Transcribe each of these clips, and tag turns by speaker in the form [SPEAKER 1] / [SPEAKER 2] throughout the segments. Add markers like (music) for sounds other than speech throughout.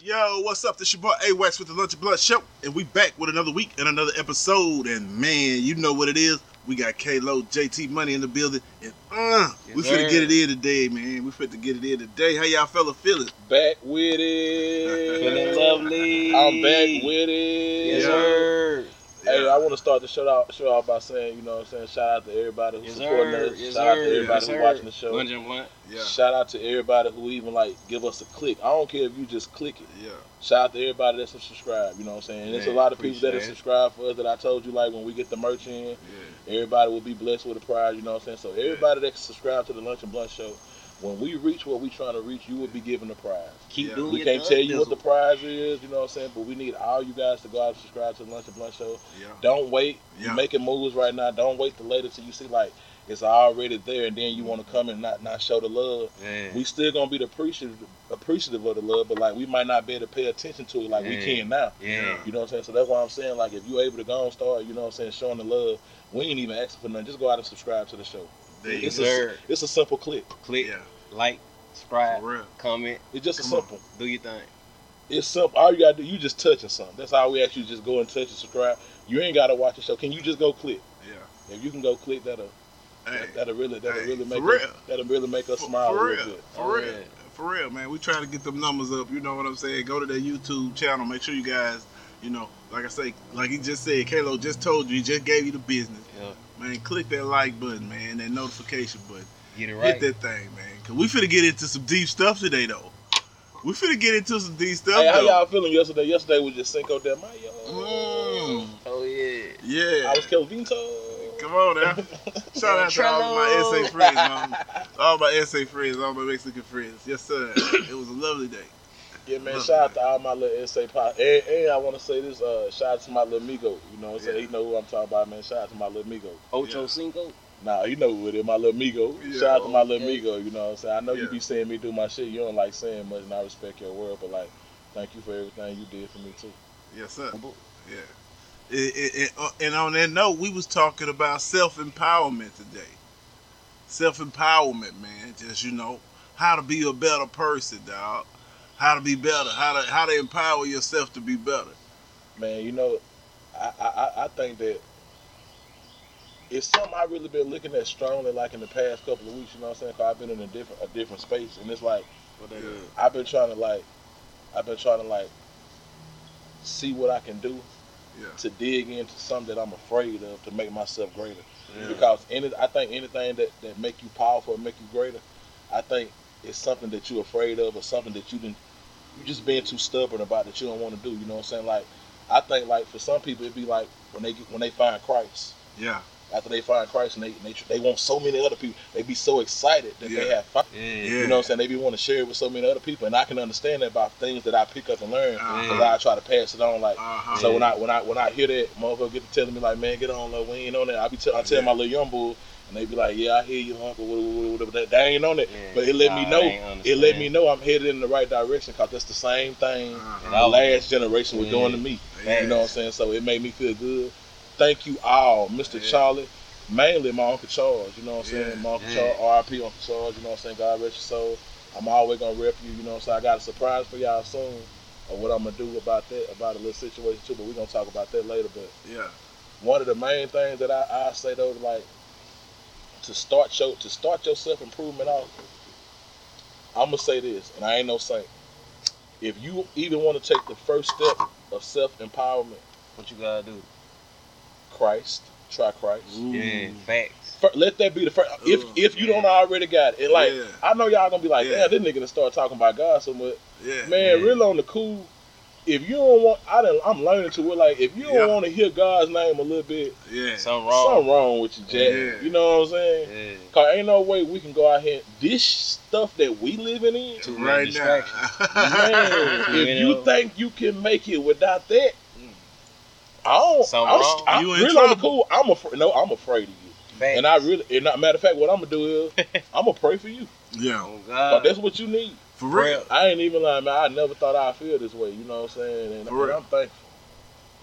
[SPEAKER 1] Yo, what's up? This your boy AWAX with the Lunch and Blood Show, and we back with another week and another episode. And man, you know what it is. We got K-Lo, JT Money in the building, and uh, we
[SPEAKER 2] Yes,
[SPEAKER 1] finna
[SPEAKER 2] sir.
[SPEAKER 1] get it in today, man. We finna get it in today. How y'all fella feeling?
[SPEAKER 2] Back with it.
[SPEAKER 1] Feeling
[SPEAKER 3] lovely.
[SPEAKER 2] I'm back with it.
[SPEAKER 3] Yes,
[SPEAKER 1] Yeah.
[SPEAKER 3] sir.
[SPEAKER 2] Hey, I want to start the show out, show out by saying, you know what I'm saying? Shout out to everybody who's
[SPEAKER 3] Yes,
[SPEAKER 2] supporting
[SPEAKER 3] sir.
[SPEAKER 2] us.
[SPEAKER 3] Yes,
[SPEAKER 2] Shout out to
[SPEAKER 3] sir.
[SPEAKER 2] everybody
[SPEAKER 3] Yes,
[SPEAKER 2] who's
[SPEAKER 3] sir.
[SPEAKER 2] watching the show.
[SPEAKER 3] Lunch and blunt.
[SPEAKER 1] yeah,
[SPEAKER 2] Shout out to everybody who even like give us a click. I don't care if you just click it.
[SPEAKER 1] yeah,
[SPEAKER 2] Shout out to everybody that's subscribed. You know what I'm saying? There's a
[SPEAKER 1] Man,
[SPEAKER 2] lot of people that are
[SPEAKER 1] appreciate it.
[SPEAKER 2] subscribed for us that I told you like when we get the merch in,
[SPEAKER 1] yeah.
[SPEAKER 2] everybody will be blessed with a prize. You know what I'm saying? So everybody that's subscribed to the Lunch and Blunt show, when we reach what we trying to reach, you will be given a prize.
[SPEAKER 3] Keep
[SPEAKER 1] Yeah.
[SPEAKER 3] doing
[SPEAKER 2] We
[SPEAKER 3] it.
[SPEAKER 2] can't
[SPEAKER 3] dog.
[SPEAKER 2] tell you what the prize is, you know what I'm saying? But we need all you guys to go out and subscribe to the Lunch and Blunt Show.
[SPEAKER 1] yeah.
[SPEAKER 2] Don't wait.
[SPEAKER 1] Yeah.
[SPEAKER 2] You're making moves right now. Don't wait till later till you see like it's already there and then you want to come and not, not show the love.
[SPEAKER 3] Man.
[SPEAKER 2] We still gonna be the appreciative appreciative of the love, but like we might not be able to pay attention to it like we
[SPEAKER 3] Yeah.
[SPEAKER 2] can now.
[SPEAKER 3] yeah.
[SPEAKER 2] You know what I'm saying? So that's why I'm saying like if you able to go and start, you know what I'm saying, showing the love, we ain't even asking for nothing. Just go out and subscribe to the show.
[SPEAKER 1] There you
[SPEAKER 3] Yes,
[SPEAKER 2] It's
[SPEAKER 1] go.
[SPEAKER 2] a,
[SPEAKER 3] sir.
[SPEAKER 2] it's a simple click.
[SPEAKER 3] Click,
[SPEAKER 1] Yeah,
[SPEAKER 3] like, subscribe,
[SPEAKER 1] for real.
[SPEAKER 3] comment,
[SPEAKER 2] It's just
[SPEAKER 1] Come
[SPEAKER 2] a
[SPEAKER 1] on.
[SPEAKER 2] simple.
[SPEAKER 3] do your thing.
[SPEAKER 2] It's something. All you gotta do, you just touching something. That's all we ask you. Just go and touch and subscribe. You ain't gotta watch the show. Can you just go click?
[SPEAKER 1] Yeah.
[SPEAKER 2] If you can go click, that'll
[SPEAKER 1] Hey,
[SPEAKER 2] that'll really that'll
[SPEAKER 1] Hey,
[SPEAKER 2] really
[SPEAKER 1] for
[SPEAKER 2] make
[SPEAKER 1] real.
[SPEAKER 2] us, that'll really make us
[SPEAKER 1] for,
[SPEAKER 2] smile
[SPEAKER 1] for
[SPEAKER 2] real
[SPEAKER 1] real,
[SPEAKER 2] good.
[SPEAKER 1] for
[SPEAKER 3] Oh,
[SPEAKER 1] real,
[SPEAKER 3] yeah.
[SPEAKER 1] for real, man. We trying to get them numbers up. You know what I'm saying? Go to their YouTube channel. Make sure you guys, you know, like I say, like he just said, Kalo just told you, he just gave you the business.
[SPEAKER 3] Yeah.
[SPEAKER 1] Man, click that like button, man, that notification button.
[SPEAKER 3] Get it right.
[SPEAKER 1] Hit that thing, man. Cause we finna get into some deep stuff today, though. We finna get into some deep stuff,
[SPEAKER 2] Hey, how
[SPEAKER 1] though.
[SPEAKER 2] y'all feeling yesterday? Yesterday was just Cinco de Mayo.
[SPEAKER 1] Mm,
[SPEAKER 3] Oh yeah.
[SPEAKER 1] yeah.
[SPEAKER 2] I was Kelvinto.
[SPEAKER 1] Come on
[SPEAKER 2] (laughs)
[SPEAKER 1] now. Shout out to all of my SA friends, man. All my SA friends, all my Mexican friends. Yes,
[SPEAKER 2] (coughs)
[SPEAKER 1] sir. it was a lovely day.
[SPEAKER 2] Yeah, man.
[SPEAKER 1] Look,
[SPEAKER 2] Shout out to all my little SA pop. And, and I want to say this. Uh, shout out to my little amigo. You know, what I'm saying
[SPEAKER 1] Yeah.
[SPEAKER 2] he know who I'm talking about, man. Shout out to my little amigo.
[SPEAKER 3] Ocho
[SPEAKER 1] Yeah.
[SPEAKER 3] Cinco.
[SPEAKER 2] Nah, you know what it is, my little amigo.
[SPEAKER 1] Yeah.
[SPEAKER 2] Shout out to my little
[SPEAKER 3] Okay.
[SPEAKER 2] amigo, you know what I'm saying? I know you
[SPEAKER 1] Yeah.
[SPEAKER 2] be seeing me do my shit. You don't like saying much, and I respect your word, but like, thank you for everything you did for me, too.
[SPEAKER 1] Yes, sir. Yeah. It- it- it- uh, and on that note, we was talking about self empowerment today. Self empowerment, man. Just you know, how to be a better person, dog. How to be better. How to how to empower yourself to be better.
[SPEAKER 2] Man, you know, I, I, I- I think that it's something I really been looking at strongly, like in the past couple of weeks, you know what I'm saying? Because I've been in a different, a different space, and it's like,
[SPEAKER 3] What that
[SPEAKER 1] Yeah.
[SPEAKER 3] is.
[SPEAKER 2] I've been trying to, like, I've been trying to, like, see what I can do
[SPEAKER 1] Yeah.
[SPEAKER 2] to dig into something that I'm afraid of to make myself greater.
[SPEAKER 3] Yeah.
[SPEAKER 2] because any, I think anything that, that make you powerful and make you greater, I think it's something that you're afraid of or something that you didn't you just being too stubborn about that you don't want to do. You know what I'm saying? Like I think like for some people it'd be like when they get, when they find Christ
[SPEAKER 1] Yeah.
[SPEAKER 2] after they find Christ and they they, they want so many other people they be so excited that they
[SPEAKER 1] Yeah.
[SPEAKER 2] have found.
[SPEAKER 3] Yeah.
[SPEAKER 1] Yeah.
[SPEAKER 2] You know what I'm saying? They be want to share it with so many other people, and I can understand that by things that I pick up and learn,
[SPEAKER 1] Uh-huh.
[SPEAKER 2] because I try to pass it on. Like
[SPEAKER 1] Uh-huh.
[SPEAKER 2] so when I when I when I hear that motherfucker get to telling me like, man, get on, love, we ain't on that. I be tell I tell
[SPEAKER 1] Yeah.
[SPEAKER 2] my little young boy, and they be like, yeah, I hear you, uncle, whatever, whatever, whatever. That, that ain't on it, but it let
[SPEAKER 3] Nah,
[SPEAKER 2] me
[SPEAKER 3] they
[SPEAKER 2] know.
[SPEAKER 3] ain't
[SPEAKER 2] It let
[SPEAKER 3] understand.
[SPEAKER 2] me know I'm headed in the right direction because that's the same thing
[SPEAKER 1] Uh-huh.
[SPEAKER 3] And
[SPEAKER 2] the
[SPEAKER 3] I-
[SPEAKER 2] last generation was
[SPEAKER 3] Yeah.
[SPEAKER 2] doing to me.
[SPEAKER 1] Yeah.
[SPEAKER 2] You know what I'm saying? So it made me feel good. Thank you all, Mr.
[SPEAKER 1] Yeah.
[SPEAKER 2] Charlie, mainly my Uncle Charles. You know what I'm
[SPEAKER 1] Yeah.
[SPEAKER 2] saying? My Uncle
[SPEAKER 3] Yeah.
[SPEAKER 2] Charles, RIP Uncle Charles. You know what I'm saying? God rest your soul. I'm always gonna rep you. You know what I'm saying? I got a surprise for y'all soon of what I'm gonna do about that, about a little situation too. But we're gonna talk about that later. But
[SPEAKER 1] Yeah.
[SPEAKER 2] one of the main things that I, I say though, like to start your to start your self improvement off, I'm gonna say this, and I ain't no saint. If you even want to take the first step of self empowerment,
[SPEAKER 3] What you gotta do?
[SPEAKER 2] Christ, try Christ.
[SPEAKER 1] Ooh.
[SPEAKER 3] Yeah. Facts.
[SPEAKER 2] Fir- let that be the first. If
[SPEAKER 1] Ugh,
[SPEAKER 2] if you
[SPEAKER 3] yeah.
[SPEAKER 2] don't already got it, and like
[SPEAKER 1] Yeah.
[SPEAKER 2] I know y'all gonna be like,
[SPEAKER 1] Yeah.
[SPEAKER 2] damn, this nigga gonna start talking about God so much.
[SPEAKER 1] Yeah.
[SPEAKER 2] Man,
[SPEAKER 3] Yeah.
[SPEAKER 2] real on the cool. If you don't want, I done, I'm learning to it. Like if you don't
[SPEAKER 1] Yeah.
[SPEAKER 2] want to hear God's name a little bit,
[SPEAKER 1] Yeah.
[SPEAKER 3] Something wrong.
[SPEAKER 2] something wrong with you, Jack.
[SPEAKER 1] Yeah.
[SPEAKER 2] You know what I'm saying?
[SPEAKER 3] Yeah.
[SPEAKER 2] Cause ain't no way we can go out here. This stuff that we living in,
[SPEAKER 3] Too many
[SPEAKER 1] right now.
[SPEAKER 2] (laughs) man.
[SPEAKER 1] (laughs)
[SPEAKER 3] You
[SPEAKER 2] if
[SPEAKER 3] know?
[SPEAKER 2] you think you can make it without that, I don't.
[SPEAKER 3] Something
[SPEAKER 2] I'm,
[SPEAKER 3] wrong.
[SPEAKER 2] I'm
[SPEAKER 1] Mm. You in
[SPEAKER 2] really on the
[SPEAKER 1] trouble.
[SPEAKER 2] cool. I'm afraid. No, I'm afraid of you.
[SPEAKER 3] Facts.
[SPEAKER 2] And I really. And not, matter of fact, what I'm gonna do is I'm gonna pray for you.
[SPEAKER 1] yeah.
[SPEAKER 3] Oh
[SPEAKER 2] 'Cause
[SPEAKER 3] God.
[SPEAKER 2] that's what you need.
[SPEAKER 1] For real.
[SPEAKER 2] I ain't even lying, man. I never thought I'd feel this way. You know what I'm saying? And,
[SPEAKER 1] For
[SPEAKER 2] and
[SPEAKER 1] real.
[SPEAKER 2] I'm thankful.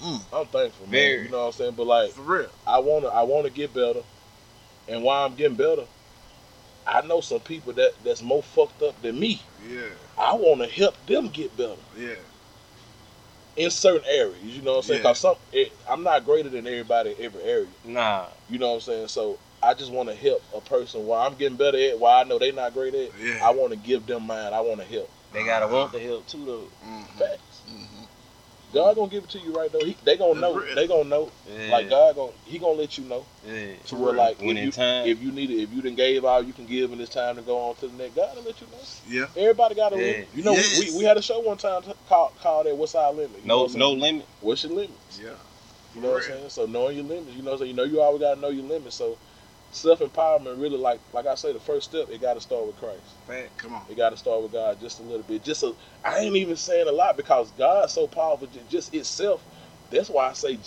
[SPEAKER 1] Mm.
[SPEAKER 2] I'm thankful, man.
[SPEAKER 3] Very.
[SPEAKER 2] You know what I'm saying? But like,
[SPEAKER 1] For real.
[SPEAKER 2] I wanna I wanna get better, and while I'm getting better, I know some people that that's more fucked up than me.
[SPEAKER 1] Yeah.
[SPEAKER 2] I wanna help them get better.
[SPEAKER 1] Yeah.
[SPEAKER 2] in certain areas. You know what I'm saying?
[SPEAKER 1] Yeah.
[SPEAKER 2] 'Cause some, it, I'm not greater than everybody in every area.
[SPEAKER 3] Nah.
[SPEAKER 2] You know what I'm saying? So I just want to help a person while I'm getting better at, while I know they not great at.
[SPEAKER 1] Yeah.
[SPEAKER 2] I want to give them mine. I want to help.
[SPEAKER 3] They gotta want the help too though.
[SPEAKER 1] Mhm,
[SPEAKER 2] Facts.
[SPEAKER 1] mhm.
[SPEAKER 2] God gonna give it to you right though. He, they gonna know.
[SPEAKER 1] That's real.
[SPEAKER 2] They gonna know.
[SPEAKER 3] Yeah.
[SPEAKER 2] Like God gonna He gonna let you know.
[SPEAKER 3] Yeah.
[SPEAKER 2] To where like
[SPEAKER 3] When
[SPEAKER 2] if
[SPEAKER 3] in
[SPEAKER 2] you,
[SPEAKER 3] time.
[SPEAKER 2] if you need it, if you done gave all you can give and it's time to go on to the next, God will let you know.
[SPEAKER 1] Yeah.
[SPEAKER 2] Everybody got a limit.
[SPEAKER 3] Yeah.
[SPEAKER 2] You know, we-
[SPEAKER 1] Yes.
[SPEAKER 2] we, we had a show one time called called that What's Our Limit? You know
[SPEAKER 3] No
[SPEAKER 2] what I'm
[SPEAKER 3] no
[SPEAKER 2] saying?
[SPEAKER 3] limit.
[SPEAKER 2] What's your limit?
[SPEAKER 1] Yeah.
[SPEAKER 2] You know what I'm saying? So knowing your limits, you know, so you know you always gotta know your limits. So self empowerment really like like I say, the first step it gotta start with Christ.
[SPEAKER 3] Fact.
[SPEAKER 1] Come on.
[SPEAKER 2] It gotta start with God just a little bit. Just a I ain't even saying a lot because God's so powerful ju- just itself. That's why I say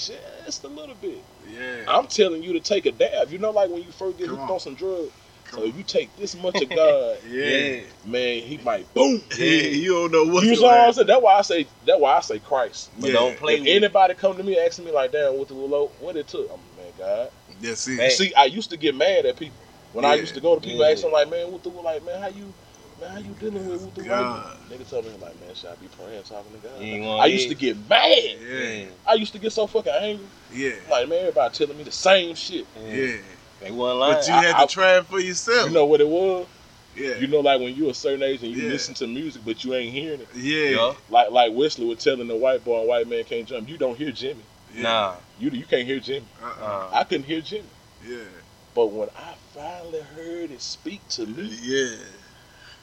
[SPEAKER 2] just a little bit.
[SPEAKER 1] Yeah.
[SPEAKER 2] I'm telling you to take a dab. You know, like when you first get
[SPEAKER 1] Come
[SPEAKER 2] hooked on.
[SPEAKER 1] on.
[SPEAKER 2] some drugs. So
[SPEAKER 1] Come
[SPEAKER 2] if you take this much
[SPEAKER 1] (laughs)
[SPEAKER 2] of God,
[SPEAKER 1] on. Yeah.
[SPEAKER 2] man, he might boom.
[SPEAKER 1] Yeah. (laughs) You don't know what's
[SPEAKER 2] You know what I'm saying? That's why I say that's why I say Christ.
[SPEAKER 3] But
[SPEAKER 1] Yeah.
[SPEAKER 3] don't play
[SPEAKER 2] if
[SPEAKER 3] with it.
[SPEAKER 2] anybody come to me asking me like, damn, what the low, what it took? I'm man, God.
[SPEAKER 1] That's it.
[SPEAKER 3] Hey.
[SPEAKER 2] See, I used to get mad at people when I
[SPEAKER 1] Yeah.
[SPEAKER 2] used to go to people
[SPEAKER 3] Yeah.
[SPEAKER 2] asking like, man, what the like, man, how you, man, how you dealing with what the
[SPEAKER 1] God.
[SPEAKER 2] Nigga told me like, man, should I be praying, talking to God?
[SPEAKER 3] You ain't
[SPEAKER 2] I
[SPEAKER 3] wanna
[SPEAKER 2] used to
[SPEAKER 3] hear
[SPEAKER 2] get mad.
[SPEAKER 1] Yeah.
[SPEAKER 2] I used to get so fucking angry.
[SPEAKER 1] Yeah.
[SPEAKER 2] Like man, everybody telling me the same shit.
[SPEAKER 3] it.
[SPEAKER 1] Yeah.
[SPEAKER 3] They wasn't lying.
[SPEAKER 1] But you
[SPEAKER 2] I-
[SPEAKER 1] had
[SPEAKER 2] I-
[SPEAKER 1] to try it for yourself.
[SPEAKER 2] You know what it was?
[SPEAKER 1] yeah.
[SPEAKER 2] You know, like when you a certain age and you
[SPEAKER 1] Yeah.
[SPEAKER 2] listen to music, but you ain't hearing it.
[SPEAKER 1] yeah.
[SPEAKER 3] Yeah.
[SPEAKER 2] Like like Whistler was telling the white boy, and white man can't jump. You don't hear Jimmy.
[SPEAKER 1] Yeah.
[SPEAKER 3] Nah.
[SPEAKER 2] You you can't hear Jimmy.
[SPEAKER 1] Uh-uh.
[SPEAKER 3] Uh,
[SPEAKER 2] I couldn't hear Jimmy.
[SPEAKER 1] Yeah.
[SPEAKER 2] But when I finally heard it speak to me,
[SPEAKER 1] Yeah.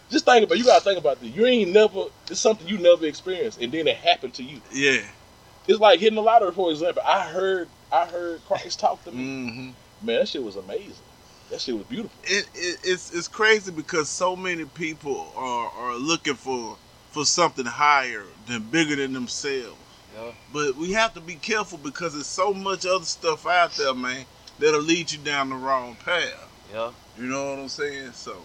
[SPEAKER 2] just think about you gotta think about this. You ain't never it's something you never experienced, and then it happened to you.
[SPEAKER 1] Yeah.
[SPEAKER 2] It's like hitting the lottery, for example. I heard I heard Christ talk to me.
[SPEAKER 1] Mm-hmm.
[SPEAKER 2] Man, that shit was amazing. That shit was beautiful.
[SPEAKER 1] it, it, it's it's crazy because so many people are, are looking for for something higher than bigger than themselves.
[SPEAKER 3] yeah.
[SPEAKER 1] But we have to be careful because there's so much other stuff out there, man, that'll lead you down the wrong path.
[SPEAKER 3] Yeah.
[SPEAKER 1] You know what I'm saying? So,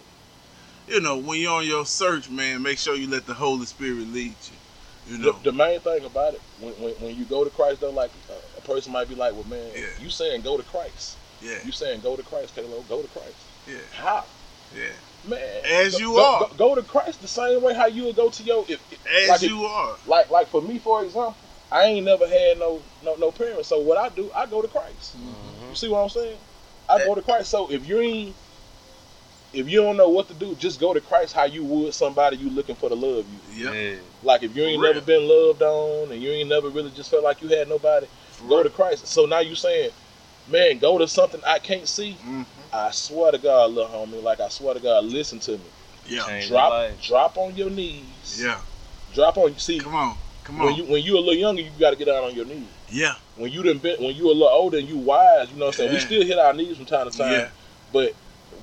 [SPEAKER 1] you know, when you're on your search, man, make sure you let the Holy Spirit lead you. You
[SPEAKER 2] The,
[SPEAKER 1] know?
[SPEAKER 2] the main thing about it, when, when, when you go to Christ, though, like uh, a person might be like, "Well, man,
[SPEAKER 1] Yeah.
[SPEAKER 2] you saying go to Christ?
[SPEAKER 1] yeah,
[SPEAKER 2] You saying go to Christ, Kalo? Go to Christ?
[SPEAKER 1] yeah,
[SPEAKER 2] How,
[SPEAKER 1] yeah.
[SPEAKER 2] man?
[SPEAKER 1] As
[SPEAKER 2] go-
[SPEAKER 1] you
[SPEAKER 2] go-
[SPEAKER 1] are.
[SPEAKER 2] go, go to Christ the same way how you would go to your if, if-
[SPEAKER 1] As
[SPEAKER 2] Like it-
[SPEAKER 1] you are.
[SPEAKER 2] like like for me, for example, I ain't never had no no no parents. So what I do, I go to Christ.
[SPEAKER 3] Mm-hmm.
[SPEAKER 2] You see what I'm saying? I go to Christ. So if you ain't if you don't know what to do, just go to Christ how you would somebody you looking for to love you.
[SPEAKER 1] Yep,
[SPEAKER 3] Yeah.
[SPEAKER 2] Like if you ain't
[SPEAKER 1] Real.
[SPEAKER 2] never been loved on and you ain't never really just felt like you had nobody,
[SPEAKER 1] for
[SPEAKER 2] go
[SPEAKER 1] real.
[SPEAKER 2] to Christ. So now you saying, man, go to something I can't see.
[SPEAKER 1] Mhm.
[SPEAKER 2] I swear to God, little homie, like I swear to God, listen to me.
[SPEAKER 1] Yeah,
[SPEAKER 3] Change
[SPEAKER 2] drop,
[SPEAKER 3] your life.
[SPEAKER 2] drop on your knees.
[SPEAKER 1] yeah.
[SPEAKER 2] Drop on. See,
[SPEAKER 1] Come on, come on.
[SPEAKER 2] when you when you a little younger, you got to get down on your knees.
[SPEAKER 1] yeah,
[SPEAKER 2] When you done been, when you a little older and you wise, you know what I'm saying. We
[SPEAKER 1] Yeah.
[SPEAKER 2] still hit our knees from time to time,
[SPEAKER 1] Yeah.
[SPEAKER 2] but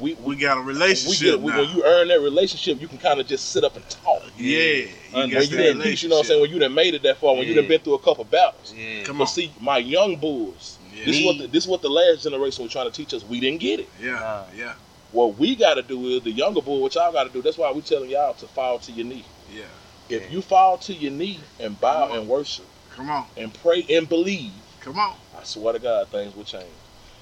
[SPEAKER 2] we we,
[SPEAKER 1] we got a
[SPEAKER 2] we
[SPEAKER 1] relationship
[SPEAKER 2] get we,
[SPEAKER 1] now.
[SPEAKER 2] when you earn that relationship, you can kind of just sit up and talk.
[SPEAKER 1] Yeah,
[SPEAKER 3] When
[SPEAKER 1] got
[SPEAKER 2] When
[SPEAKER 3] That's
[SPEAKER 2] you
[SPEAKER 1] that
[SPEAKER 2] done peace, you know what I'm
[SPEAKER 1] relationship.
[SPEAKER 2] saying. When you done made it that far, when you done
[SPEAKER 3] Yeah.
[SPEAKER 2] been through a couple battles.
[SPEAKER 3] Yeah.
[SPEAKER 1] Come
[SPEAKER 2] But
[SPEAKER 1] on.
[SPEAKER 2] see, my young bulls,
[SPEAKER 1] Yeah.
[SPEAKER 2] this is what the, this what the last generation was trying to teach us. We didn't get it.
[SPEAKER 1] Yeah,
[SPEAKER 3] Nah.
[SPEAKER 1] yeah,
[SPEAKER 2] What we got to do is the younger bull, what y'all got to do. That's why we telling y'all to fall to your knee.
[SPEAKER 1] yeah.
[SPEAKER 2] If
[SPEAKER 3] Yeah.
[SPEAKER 2] you fall to your knee and bow and worship
[SPEAKER 1] Come on,
[SPEAKER 2] and pray and believe,
[SPEAKER 1] come on.
[SPEAKER 2] I swear to God, things will change.